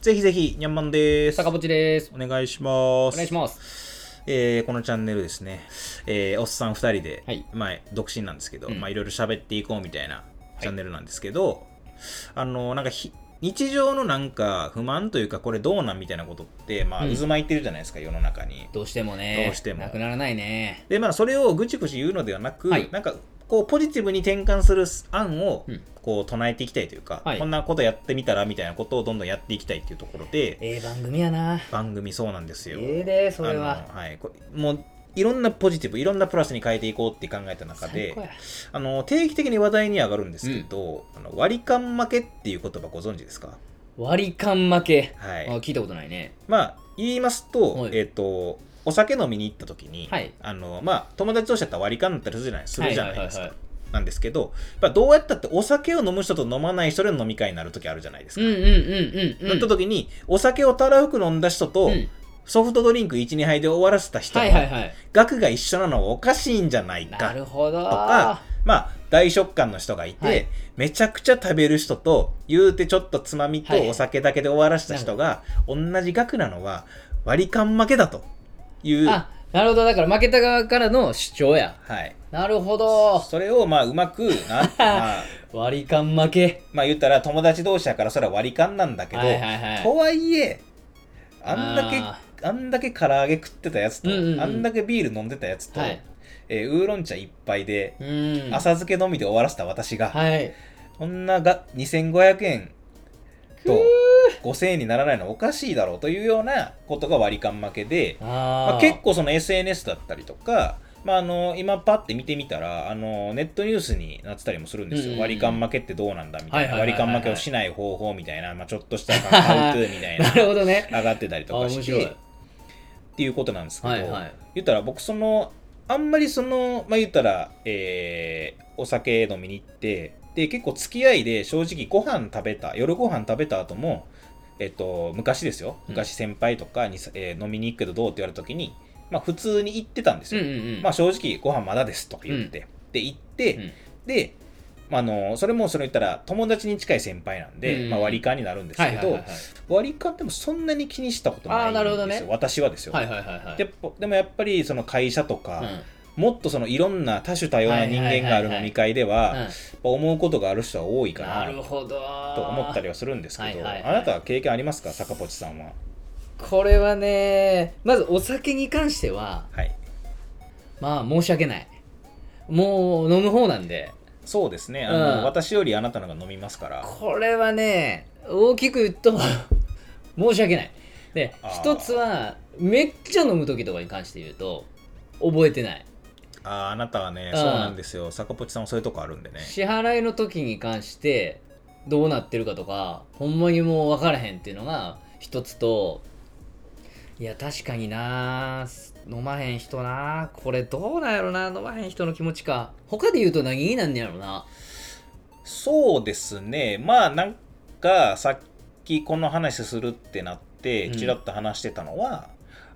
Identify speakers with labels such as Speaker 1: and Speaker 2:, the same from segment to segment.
Speaker 1: ぜひぜひ、にゃんまんです。
Speaker 2: 坂淵です。
Speaker 1: お願いします。
Speaker 2: お願いします。
Speaker 1: えーこのチャンネルですね、えーおっさん2人で、
Speaker 2: はい
Speaker 1: まあ、独身なんですけど、
Speaker 2: うん
Speaker 1: まあ、いろいろ喋っていこうみたいないチャンネルなんですけど、あのなんかひ日常のなんか不満というかこれどうなんみたいなことって、まあ、
Speaker 2: うん
Speaker 1: 渦巻いてるじゃないですか、世の中に。
Speaker 2: どうしてもね、
Speaker 1: どうしても
Speaker 2: なくならないね。
Speaker 1: でまあそれをぐちぐち言うのではなく、
Speaker 2: はい
Speaker 1: なんかこうポジティブに転換する案を
Speaker 2: うん
Speaker 1: こう唱えていきたいというか、
Speaker 2: はい
Speaker 1: こんなことやってみたらみたいなことをどんどんやっていきたいっていうところで
Speaker 2: ええ番組やな。
Speaker 1: 番組そうなんですよ。
Speaker 2: ええで、それは
Speaker 1: あ。のはい、こもういろんなポジティブいろんなプラスに変えていこうって考えた中
Speaker 2: 最
Speaker 1: で
Speaker 2: 高や。
Speaker 1: あの定期的に話題に上がるんですけど、あの割り勘負けっていう言葉ご存知ですか、
Speaker 2: 割り勘負け。
Speaker 1: は
Speaker 2: あ
Speaker 1: い、
Speaker 2: 聞いたことないね。
Speaker 1: まあ言いますと,、
Speaker 2: はい
Speaker 1: えっとお酒飲みに行った時に、
Speaker 2: はい
Speaker 1: あのまあ、友達同士だったら割り勘だったりするじゃないするじゃないですか。
Speaker 2: はいはいはい
Speaker 1: なんですけど、まあ、どうやったってお酒を飲む人と飲まない人で飲み会になる時あるじゃないです
Speaker 2: う
Speaker 1: か。
Speaker 2: んうんうんうん、
Speaker 1: な
Speaker 2: う
Speaker 1: っ
Speaker 2: ん。
Speaker 1: た時にお酒をたらふく飲んだ人と、
Speaker 2: うん
Speaker 1: ソフトドリンク12杯で終わらせた人
Speaker 2: は
Speaker 1: の
Speaker 2: いはいはい。
Speaker 1: 額が一緒なのはおかしいんじゃない
Speaker 2: な
Speaker 1: か
Speaker 2: るほど。
Speaker 1: とか、まあ、大食感の人がいて、
Speaker 2: はい
Speaker 1: めちゃくちゃ食べる人と言うてちょっとつまみ
Speaker 2: はい
Speaker 1: とお酒だけで終わらせた人が同じ額なのは割り勘負けだという、は
Speaker 2: あ、なるほど。だから負けた側からの主張や。
Speaker 1: い、
Speaker 2: なるほど。
Speaker 1: それをまあうまくな、ま あ、
Speaker 2: 割り勘負け。
Speaker 1: まあ言ったら友達同士だからそれは割り勘なんだけど、
Speaker 2: はいはいはい。
Speaker 1: とはいえあんだけ
Speaker 2: あ
Speaker 1: あんだけ唐揚げ食ってたやつと、
Speaker 2: うんうんうん
Speaker 1: あんだけビール飲んでたやつと、
Speaker 2: はい
Speaker 1: えーウーロン茶一杯で、
Speaker 2: うん。
Speaker 1: 浅漬けのみで終わらせた私が、
Speaker 2: はい。
Speaker 1: こんなが2500円と5000円にならないのはおかしいだろうというようなことが割り勘負けで、
Speaker 2: あー、
Speaker 1: まあ、結構その SNS だったりとか、まあ、あの今パッて見てみたらあのネットニュースになってたりもするんです
Speaker 2: うんうん
Speaker 1: よ
Speaker 2: うん
Speaker 1: 割り勘負けってどうなんだみたいな
Speaker 2: はいはい
Speaker 1: 割
Speaker 2: は
Speaker 1: り
Speaker 2: いは
Speaker 1: 勘
Speaker 2: い
Speaker 1: 負けをしない方法みたいな、まあ、ちょっとしたハウトゥーみたいな
Speaker 2: なるほどね。
Speaker 1: 上がってたり
Speaker 2: あ
Speaker 1: とか
Speaker 2: 面
Speaker 1: し
Speaker 2: 白
Speaker 1: て
Speaker 2: い。
Speaker 1: っていうことなんですけど、
Speaker 2: はいはい。
Speaker 1: 言ったら僕そのあんまりそのまあ言ったら、えーお酒飲みに行ってで結構付き合いで正直ご飯食べた夜ご飯食べた後もえっと昔ですよ
Speaker 2: うん
Speaker 1: 昔先輩とかに、えー飲みに行くけどどうって言われた時にまあ普通に行ってたんです
Speaker 2: うん
Speaker 1: よ、
Speaker 2: うんうん。
Speaker 1: まあ正直ご飯まだですとか言って、で行って、
Speaker 2: うん
Speaker 1: でまああのそれもそれ言ったら友達に近い先輩なんで、
Speaker 2: うん
Speaker 1: まあ、割り勘になるんです
Speaker 2: は
Speaker 1: け
Speaker 2: い
Speaker 1: ど、
Speaker 2: はいはいはい。
Speaker 1: 割り勘でもそんなに気にしたことないんですよ
Speaker 2: あーなるほどね
Speaker 1: 私はですよ、
Speaker 2: はいはいはいはい。
Speaker 1: ででもやっぱりその会社とか、
Speaker 2: うん
Speaker 1: もっとそのいろんな多種多様な人間がある飲み会ではやっ
Speaker 2: う
Speaker 1: ぱ思うことがある人は多い
Speaker 2: ん、
Speaker 1: か
Speaker 2: な
Speaker 1: な
Speaker 2: るほど
Speaker 1: と思ったりはするんですけど、
Speaker 2: はいはいはい
Speaker 1: あなたは経験ありますか坂ポチさんは。
Speaker 2: これはねまずお酒に関しては
Speaker 1: はい、
Speaker 2: まあ申し訳ないもう飲む方なんで
Speaker 1: そうですねあの、
Speaker 2: うん
Speaker 1: 私よりあなたのが飲みますから。
Speaker 2: これはね大きく言うと 申し訳ないで
Speaker 1: あー
Speaker 2: 一つはめっちゃ飲む時とかに関して言うと覚えてない
Speaker 1: あーあなたはね、
Speaker 2: うん
Speaker 1: そうなんですよ坂ポチさんはそういうとこあるんでね。
Speaker 2: 支払いの時に関してどうなってるかとかほんまにもう分からへんっていうのが一つといや確かにな飲まへん人なこれどうなんやろな飲まへん人の気持ちか他で言うと何になんねやろな
Speaker 1: そうですねまあなんかさっきこの話するってなって
Speaker 2: うん
Speaker 1: ちらっと話してたのは、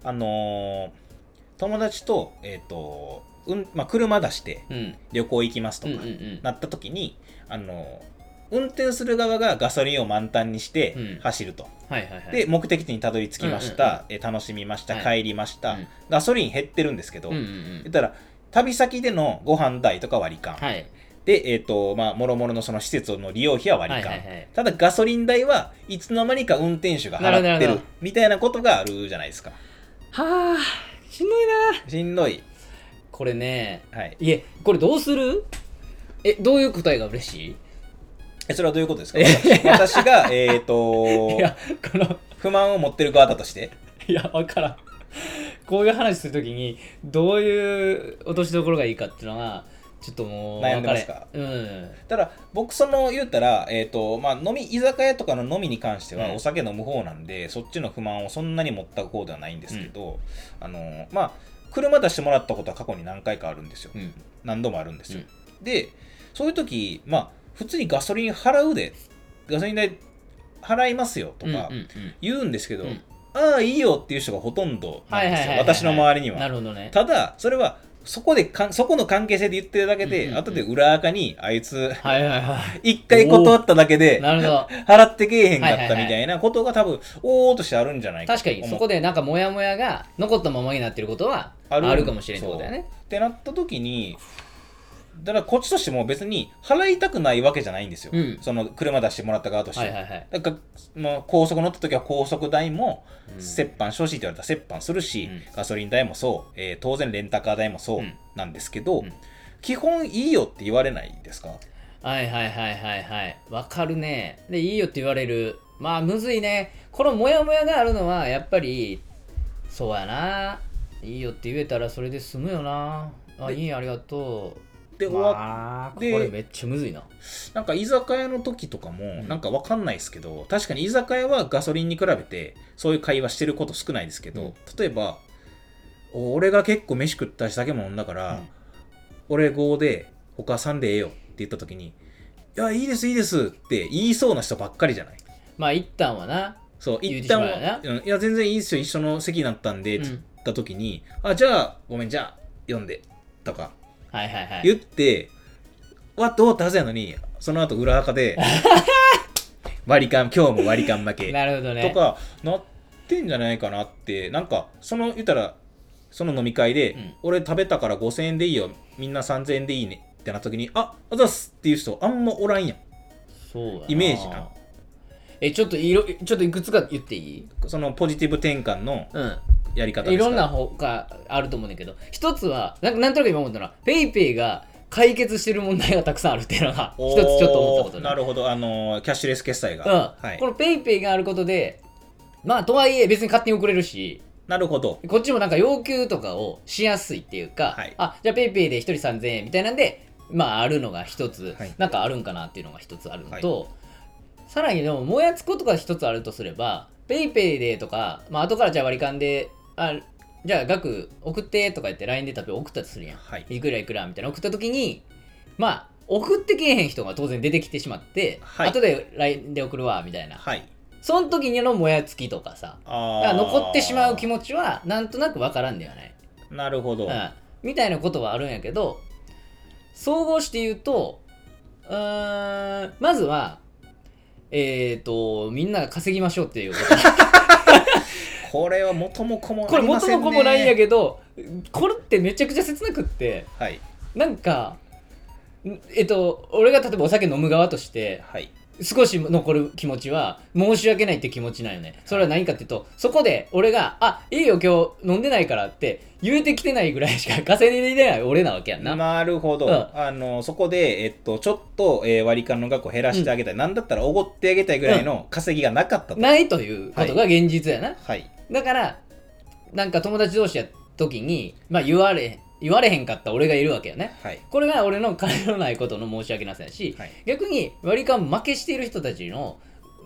Speaker 1: あのー友達と,、えーとうんまあ、車出して
Speaker 2: うん
Speaker 1: 旅行行きますと
Speaker 2: うん
Speaker 1: か
Speaker 2: うんうん
Speaker 1: なった時に、あのー運転する側がガソリンを満タンにして
Speaker 2: うん
Speaker 1: 走ると、
Speaker 2: はいはいはい
Speaker 1: で目的地にたどり着きました、
Speaker 2: うんうん
Speaker 1: え楽しみました、
Speaker 2: はい
Speaker 1: 帰りました、
Speaker 2: うん
Speaker 1: ガソリン減ってるんですけど、
Speaker 2: うんうんう
Speaker 1: 言っ
Speaker 2: ん
Speaker 1: たら旅先でのご飯代とか割り勘、
Speaker 2: はい
Speaker 1: で、えっ、と、まあ、もろもろのその施設の利用費は割り勘。
Speaker 2: はいはいはい
Speaker 1: ただ、ガソリン代はいつの間にか運転手が払っ
Speaker 2: な
Speaker 1: て
Speaker 2: るほどなる
Speaker 1: る
Speaker 2: ほど
Speaker 1: みたいなことがあるじゃない ですか。
Speaker 2: はあしんどいな
Speaker 1: しんどい。
Speaker 2: これね
Speaker 1: はい。
Speaker 2: いえこれどうするえどういう答えが嬉しい
Speaker 1: えそれはどういうことですか私私が、えっ、
Speaker 2: い
Speaker 1: と、
Speaker 2: やこの
Speaker 1: 不満を持ってる側だとして。
Speaker 2: いや、わからん。こういう話するときに、どういう落としどころがいいかっていうのは、ちょっともう、
Speaker 1: 悩んでますか
Speaker 2: 分れんうん。
Speaker 1: ただ、僕、その、言ったら、えっ、と、まあ、飲み、居酒屋とかの飲みに関して
Speaker 2: う
Speaker 1: は、
Speaker 2: ん
Speaker 1: お酒飲む方なんで、そっちの不満をそんなに持った方ではないんですけど、あの、まあ、車出してもらったことは過去に何回かあるんですよ。
Speaker 2: うん。
Speaker 1: 何度もあるんですよ、でそういう時まあ普通にガソリン払うでガソリン代払いますよと
Speaker 2: うんうん
Speaker 1: か言うんですけど、
Speaker 2: うん
Speaker 1: ああいいよっていう人がほとんど
Speaker 2: は
Speaker 1: ないん
Speaker 2: は
Speaker 1: です
Speaker 2: いは
Speaker 1: よ
Speaker 2: いはい
Speaker 1: 私の周りに
Speaker 2: な
Speaker 1: は
Speaker 2: るほどね。
Speaker 1: ただそれはそこでかんそこの関係性で言ってるだけで、
Speaker 2: うんうんうん
Speaker 1: 後で裏垢にあいつ
Speaker 2: はいはいは
Speaker 1: 一回断っただけ
Speaker 2: い。
Speaker 1: で
Speaker 2: な るほど。
Speaker 1: 払ってけえへんかっ
Speaker 2: はい
Speaker 1: た
Speaker 2: はいはい
Speaker 1: みたいなことが多分おーとしてあるんじゃないか
Speaker 2: 確かに、
Speaker 1: 思う
Speaker 2: そこでなんかモヤモヤが残ったままになってることはあ
Speaker 1: ある
Speaker 2: るかもしれんってことだよね。
Speaker 1: ってなった時にだからこっちとしても別に払いたくないわけじゃないんですよ、
Speaker 2: うん
Speaker 1: その車出してもらった側として
Speaker 2: は
Speaker 1: は、
Speaker 2: いはいはい。
Speaker 1: だからもう高速乗った時は高速代も
Speaker 2: うん
Speaker 1: 折半してほしいって言われたら折半するし、
Speaker 2: うん
Speaker 1: ガソリン代もそう、えー当然レンタカー代もそう
Speaker 2: うん
Speaker 1: なんですけど、
Speaker 2: うん
Speaker 1: 基本いいよって言われないですか
Speaker 2: はいはいはいはいはい。わかるね。で、いいよって言われる。まあ、むずいね。このモヤモヤがあるのは、やっぱり、そうやな。いいよって言えたらそれで済むよな。あ、
Speaker 1: で
Speaker 2: いい、ありがと
Speaker 1: で
Speaker 2: う。
Speaker 1: 終わっ
Speaker 2: わこ
Speaker 1: で
Speaker 2: れめっちゃむずいな。
Speaker 1: なんか居酒屋の時とかも
Speaker 2: ん
Speaker 1: なんかわかんないですけど、確かに居酒屋はガソリンに比べてそういう会話してること少ないですけど、
Speaker 2: うん
Speaker 1: 例えばお俺が結構飯食ったし酒も飲んだから、俺5で他3でええよって言った時に「いやいいですいいです」って言いそうな人ばっかりじゃない
Speaker 2: まあ、一旦はな。
Speaker 1: そう
Speaker 2: 言う
Speaker 1: 一
Speaker 2: てし
Speaker 1: 旦
Speaker 2: まうよな
Speaker 1: はうんいや全然いいですよ一緒の席になったんで」っ
Speaker 2: うん
Speaker 1: て言った時に「あじゃあごめんじゃあ読んで」とか
Speaker 2: はいはいはい。
Speaker 1: 言って、わっと終わったはずやのに、その後裏垢 で、割り勘、今日も割り勘負け
Speaker 2: なるほどね。
Speaker 1: とかなってんじゃないかなって、なんか、その言ったら、その飲み会で、
Speaker 2: うん
Speaker 1: 俺食べたから5000円でいいよ、みんな3000円でいいねってなった時に、ああざっすっていう人、あんまおらんやん。
Speaker 2: そうやな
Speaker 1: イメージな。
Speaker 2: え、ちょっといろ、ちょっといくつか言っていい
Speaker 1: そのポジティブ転換の
Speaker 2: うん。
Speaker 1: やり方
Speaker 2: い
Speaker 1: です
Speaker 2: ろ
Speaker 1: か
Speaker 2: ん
Speaker 1: ら。
Speaker 2: な方があると思うんだけど一つはなんなんとなく今思ったのはペイペイが解決してる問題がたくさんあるっていうのが一
Speaker 1: お
Speaker 2: つ
Speaker 1: ー
Speaker 2: ちょっと思ったことね
Speaker 1: なるほど、あのーキャッシュレス決済が。
Speaker 2: うん
Speaker 1: はい
Speaker 2: こ、のペイペイがあることでまあとはいえ別に勝手に送れるし
Speaker 1: なるほど。
Speaker 2: こっちもなんか要求とかをしやすいっていうか、
Speaker 1: はい
Speaker 2: あじゃあペイペイで1人3000円みたいなんでまああるのが一つ、
Speaker 1: はい
Speaker 2: なんかあるんかなっていうのが一つあるのと、さらにでももやつことが一つあるとすればペイペイでとか、まあ後からじゃあ割り勘であじゃあ額送ってとか言って LINE で多分送ったとするやん
Speaker 1: はい。
Speaker 2: いくらいくらみたいな送った時にまあ送ってけえへん人が当然出てきてしまって、
Speaker 1: はい
Speaker 2: 後で LINE で送るわみたいな
Speaker 1: はい。
Speaker 2: その時のもやつきとかさだから
Speaker 1: あ
Speaker 2: 残ってしまう気
Speaker 1: 持
Speaker 2: 持ちはなんとなくわからんではない、
Speaker 1: ち。なるほど。
Speaker 2: うん、みたいなことはあるんやけど総合して言うとうーんまずはえっ、とみんなが稼ぎましょうっていうこと
Speaker 1: これは元も子も
Speaker 2: これ元も子もないんや
Speaker 1: け
Speaker 2: けどこれってめちゃくちゃ切なくって
Speaker 1: はい
Speaker 2: なんかんえっと俺が例えばお酒飲む側として
Speaker 1: はい
Speaker 2: 少し残る気持ちは申し訳ないって気持ちなんよねそれは何かっていうとそこで俺が「あいいよ今日飲んでないから」って言えてきてないぐらいしか稼いでない俺なわけやんな、
Speaker 1: なるほど、
Speaker 2: うん
Speaker 1: あのそこで、えっと、ちょっと、えー割り勘の額を減らしてあげたい、なんだったらおごってあげたいぐらいの稼ぎがなかったと、
Speaker 2: ないということが現実やな、
Speaker 1: はい
Speaker 2: だからなんか友達同士や時に、まあ、言われ言われへんかった俺がいるわけよね
Speaker 1: はい
Speaker 2: これが俺の金のないことの申し訳なさやし、
Speaker 1: はい
Speaker 2: 逆に割り勘負けしている人たちの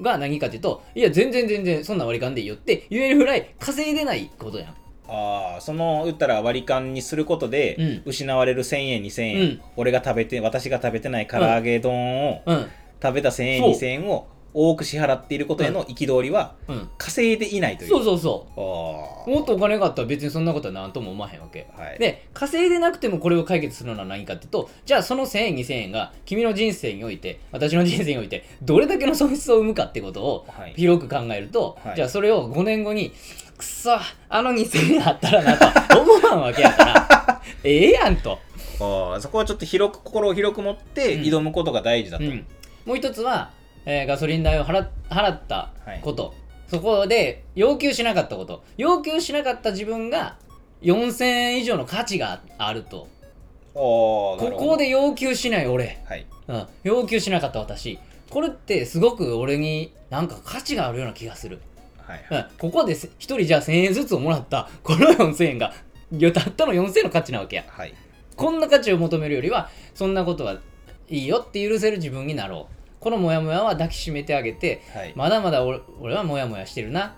Speaker 2: が何かというといや全然全然そんな割り勘でいいよって言えるぐらい稼いでないことやん
Speaker 1: ああその言ったら割り勘にすることで、
Speaker 2: うん
Speaker 1: 失われる1000円2000円、
Speaker 2: うん
Speaker 1: 俺が食べて私が食べてない唐揚げ丼を、
Speaker 2: うん
Speaker 1: 食べた1000円
Speaker 2: そう
Speaker 1: 2000円を多く支払っていることへの憤りは
Speaker 2: うん
Speaker 1: 稼いでいないという
Speaker 2: そうそうそ
Speaker 1: あ
Speaker 2: う
Speaker 1: ー
Speaker 2: もっとお金があったら別にそんなことは何とも思わへんわけ
Speaker 1: はい
Speaker 2: で稼いでなくてもこれを解決するのは何かっていうとじゃあその1000円2000円が君の人生において私の人生においてどれだけの損失を生むかってことを
Speaker 1: はい
Speaker 2: 広く考えると、
Speaker 1: はい
Speaker 2: じゃあそれを5年後にくそあの2000円あったらなと思わんわけやから ええやんと、
Speaker 1: あーそこはちょっと広く心を広く持って
Speaker 2: うん
Speaker 1: 挑むことが大事だ
Speaker 2: う
Speaker 1: と、
Speaker 2: ん、もう一つは、えーガソリン代を払っ払ったこと、そこで要求しなかったこと要求しなかった自分が4000円以上の価値があると
Speaker 1: おーな
Speaker 2: こ
Speaker 1: るほど
Speaker 2: こで要求しない俺
Speaker 1: はい
Speaker 2: うん、要求しなかった私これってすごく俺になんか価値があるような気がする、
Speaker 1: はい
Speaker 2: うん、ここでせ1人じゃあ1000円ずつをもらったこの4000円がいやたったの4000円の価値なわけや
Speaker 1: はい
Speaker 2: こんな価値を求めるよりはそんなことはいいよって許せる自分になろうこのモヤモヤは抱きしめてあげて
Speaker 1: はい、
Speaker 2: まだまだ俺俺はモヤモヤしてるな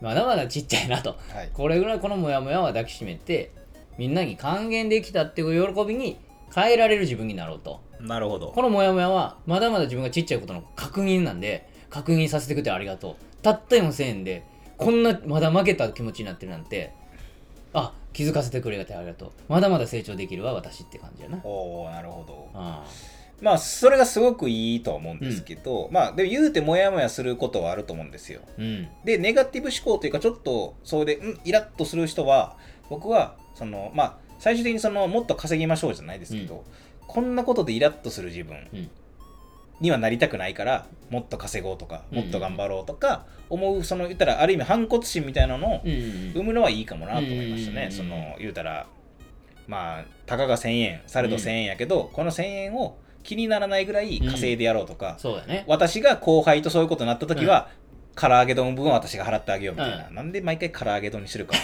Speaker 2: まだまだちっちゃいなと
Speaker 1: はい、
Speaker 2: これぐらいこのモヤモヤは抱きしめてみんなに還元できたっていう喜びに変えられる自分になろうと
Speaker 1: なるほど
Speaker 2: このモヤモヤはまだまだ自分がちっちゃいことの確認なんで確認させてくれてありがとうたった4000円でこんなまだ負けた気持ちになってるなんてあ気づかせてくれてありがとうまだまだ成長できるわ私って感じやな
Speaker 1: おおなるほど
Speaker 2: あ
Speaker 1: まあそれがすごくいいとは思うんですけど、まあでも言うてモヤモヤすることはあると思うんですよ
Speaker 2: うん
Speaker 1: でネガティブ思考というかちょっとそれでうんイラッとする人は僕はそのまあ最終的にそのもっと稼ぎましょうじゃないですけど、こんなことでイラッとする自分
Speaker 2: うん
Speaker 1: にはなりたくないからもっと稼ごうとか
Speaker 2: うんう
Speaker 1: も
Speaker 2: ん
Speaker 1: っと頑張ろうとか思うその言ったらある意味反骨心みたいなのを
Speaker 2: うんう
Speaker 1: 生
Speaker 2: ん
Speaker 1: むのはいいかもなと思いましたね、
Speaker 2: うん
Speaker 1: その言うたらまあたかが1000円されど
Speaker 2: うん
Speaker 1: 1000円やけど、この1000円を気にならないぐらい稼いでやろうとか、
Speaker 2: そうだね
Speaker 1: 私が後輩とそういうことになった時は、唐揚げ丼分は私が払ってあげようみたいな、
Speaker 2: う
Speaker 1: なんで毎回唐揚げ丼にしてるか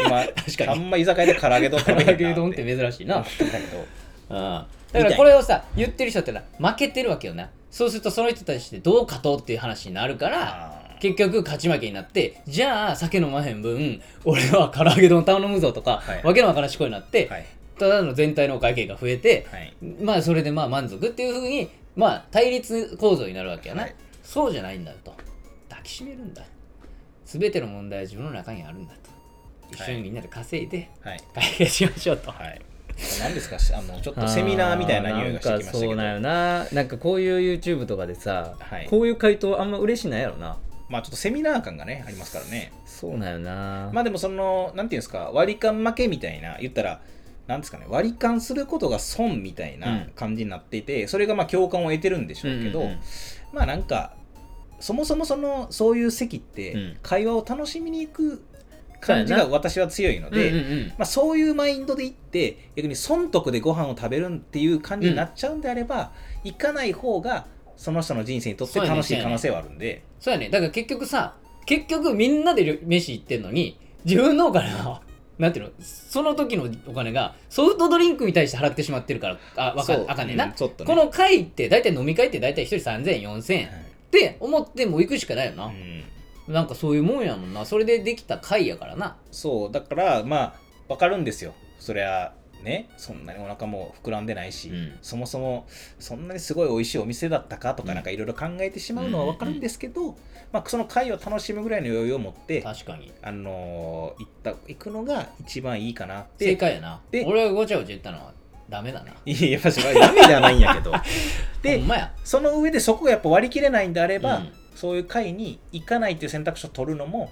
Speaker 1: 今
Speaker 2: 確かに
Speaker 1: あんま居酒屋で唐揚げ丼
Speaker 2: 唐
Speaker 1: 食べ
Speaker 2: 揚
Speaker 1: へんな
Speaker 2: げ丼
Speaker 1: っ
Speaker 2: って
Speaker 1: て
Speaker 2: 珍しい
Speaker 1: 思
Speaker 2: な
Speaker 1: ってたけど
Speaker 2: ああだからこれをさ言ってる人ってのは負けてるわけよなそうするとその人たちってどう勝とうっていう話になるから
Speaker 1: あー
Speaker 2: 結局勝ち負けになってじゃあ酒飲まへん分俺は唐揚げ丼頼むぞとか、
Speaker 1: はい
Speaker 2: わけのわからん思考になって、
Speaker 1: はい
Speaker 2: ただの全体のお会計が増えて
Speaker 1: はい
Speaker 2: まあそれでまあ満足っていうふうにまあ対立構造になるわけやな、
Speaker 1: はい
Speaker 2: そうじゃないんだよと抱きしめるんだ全ての問題は自分の中にあるんだと一緒にみんなで稼いで
Speaker 1: はい
Speaker 2: 解決しましょうと、
Speaker 1: はい何ですかしあのちょっとセミナーみたいな匂いがしてきましたけ
Speaker 3: あーなんかそう
Speaker 1: ど
Speaker 3: なんよななんかこういう YouTube とかでさ、
Speaker 1: はい
Speaker 3: こういう回答あんま嬉しないやろな
Speaker 1: まあちょっとセミナー感がねありますからね
Speaker 3: そうなんよな、
Speaker 1: まあでもそのなんていうんですか割り勘負けみたいな言ったらなんですかね割り勘することが損みたいな感じになっていて、それがまあ共感を得てるんでしょうけど、
Speaker 3: うんうんうん
Speaker 1: まあなんかそもそもそのそういう席っ
Speaker 3: う
Speaker 1: て
Speaker 3: ん
Speaker 1: 会話を楽しみに行く感じが私は強いので、
Speaker 2: うんうんうん
Speaker 1: まあ、そういうマインドで行って逆に損得でご飯を食べるっていう感じになっちゃうんであれば、行かない方がその人の人生にとって楽しい可能性はあるんで、
Speaker 2: そうやねだから結局さ結局みんなで飯行ってんのに自分のお 金はなんていうのその時のお金がソフトドリンクに対して払ってしまってるからあわか
Speaker 1: そう
Speaker 2: あかんねんな、
Speaker 1: うんちょっとね
Speaker 2: この会って大体飲み会って大体1人3000円4000円って思ってもう行くしかないよな、
Speaker 1: はいうん
Speaker 2: なんかそういうもんやもんなそれでできた会やからな
Speaker 1: そうだからまあわかるんですよそりゃねそんなにお腹も膨らんでないし、
Speaker 2: うん
Speaker 1: そもそもそんなにすごい美味しいお店だったかと
Speaker 2: う
Speaker 1: か
Speaker 2: ん
Speaker 1: なんかいろいろ考えてしまうのはわかるんですけど、まあ、その会を楽しむぐらいの余裕を持って、
Speaker 2: 確かに
Speaker 1: あのー行った行くのが一番いいかなって
Speaker 2: 正解やな
Speaker 1: で
Speaker 2: 俺がごちゃごちゃ言ったのはダメだない
Speaker 1: やいやまあそれはダメではないんやけ どで
Speaker 2: ほんまや
Speaker 1: その上でそこがやっぱ割り切れないんであれば、
Speaker 2: うん
Speaker 1: そういう会に行かないっていう選択肢を取るのも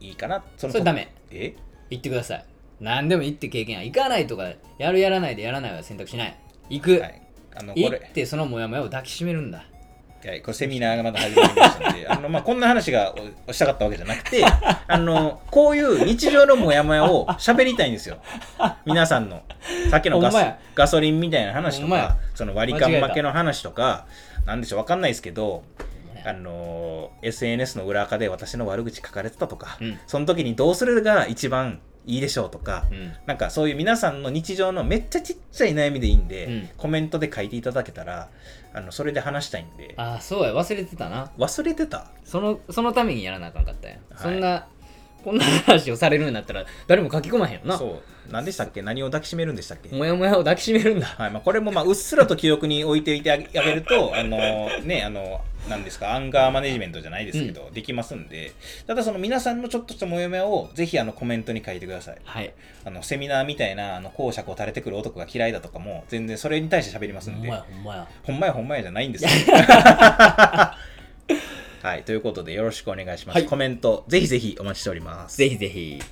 Speaker 1: いいかなそ
Speaker 2: それダ
Speaker 1: メ
Speaker 2: メ
Speaker 1: え
Speaker 2: 言ってください何でも言って経験や行かないとかやるやらないでやらないは選択しない行く、
Speaker 1: はいあのこ
Speaker 2: 行
Speaker 1: れ
Speaker 2: ってそのモヤモヤを抱きしめるんだ
Speaker 1: はい、これセミナーがまだ始まりましたん で、あのまあ、こんな話がおしたかったわけじゃなくて、あのこういう日常のモヤモヤを喋りたいんですよ。皆さんの。さっきのガス
Speaker 2: ほんまや
Speaker 1: ガソリンみたいな話と
Speaker 2: ほんまや
Speaker 1: か、その割り
Speaker 2: 間違え
Speaker 1: 勘
Speaker 2: た
Speaker 1: 負けの話とか、なんでしょう、わかんないですけど、あの SNS の裏垢で私の悪口書かれてたとか、
Speaker 2: うん
Speaker 1: その時にどうするが一番いいでしょうとか、
Speaker 2: うん
Speaker 1: なんかそういう皆さんの日常のめっちゃちっちゃい悩みでいいんで、
Speaker 2: うん
Speaker 1: コメントで書いていただけたら、あのそれで話したいんで。
Speaker 2: ああそうや忘れてたな
Speaker 1: 忘れてた
Speaker 2: そのそのためにやらなあかんかったやん、
Speaker 1: はい
Speaker 2: そんなこんな話をされるようになったら誰も書き込まへんよな
Speaker 1: そう何でしたっけ何を抱きしめるんでしたっけ
Speaker 2: モヤモヤを抱きしめるんだ
Speaker 1: はいまあ、これもまあうっすらと記憶に置いていてあげあげると、あのね、あの、なんですか、アンガーマネジメントじゃないですけど、できますんで、ただその皆さんのちょっとしたモヤモヤを、ぜひあのコメントに書いてください。
Speaker 2: はい
Speaker 1: あの、セミナーみたいな、あの、講釈を垂れてくる男が嫌いだとかも、全然それに対して喋ります
Speaker 2: ほ
Speaker 1: ん
Speaker 2: ん
Speaker 1: で
Speaker 2: まや、ほんまや
Speaker 1: ほんまやほんまやじゃないんですよ。 はい、ということでよろしくお願いします。
Speaker 2: はい
Speaker 1: コメント、ぜひぜひお待ちしております。
Speaker 2: ぜひぜひ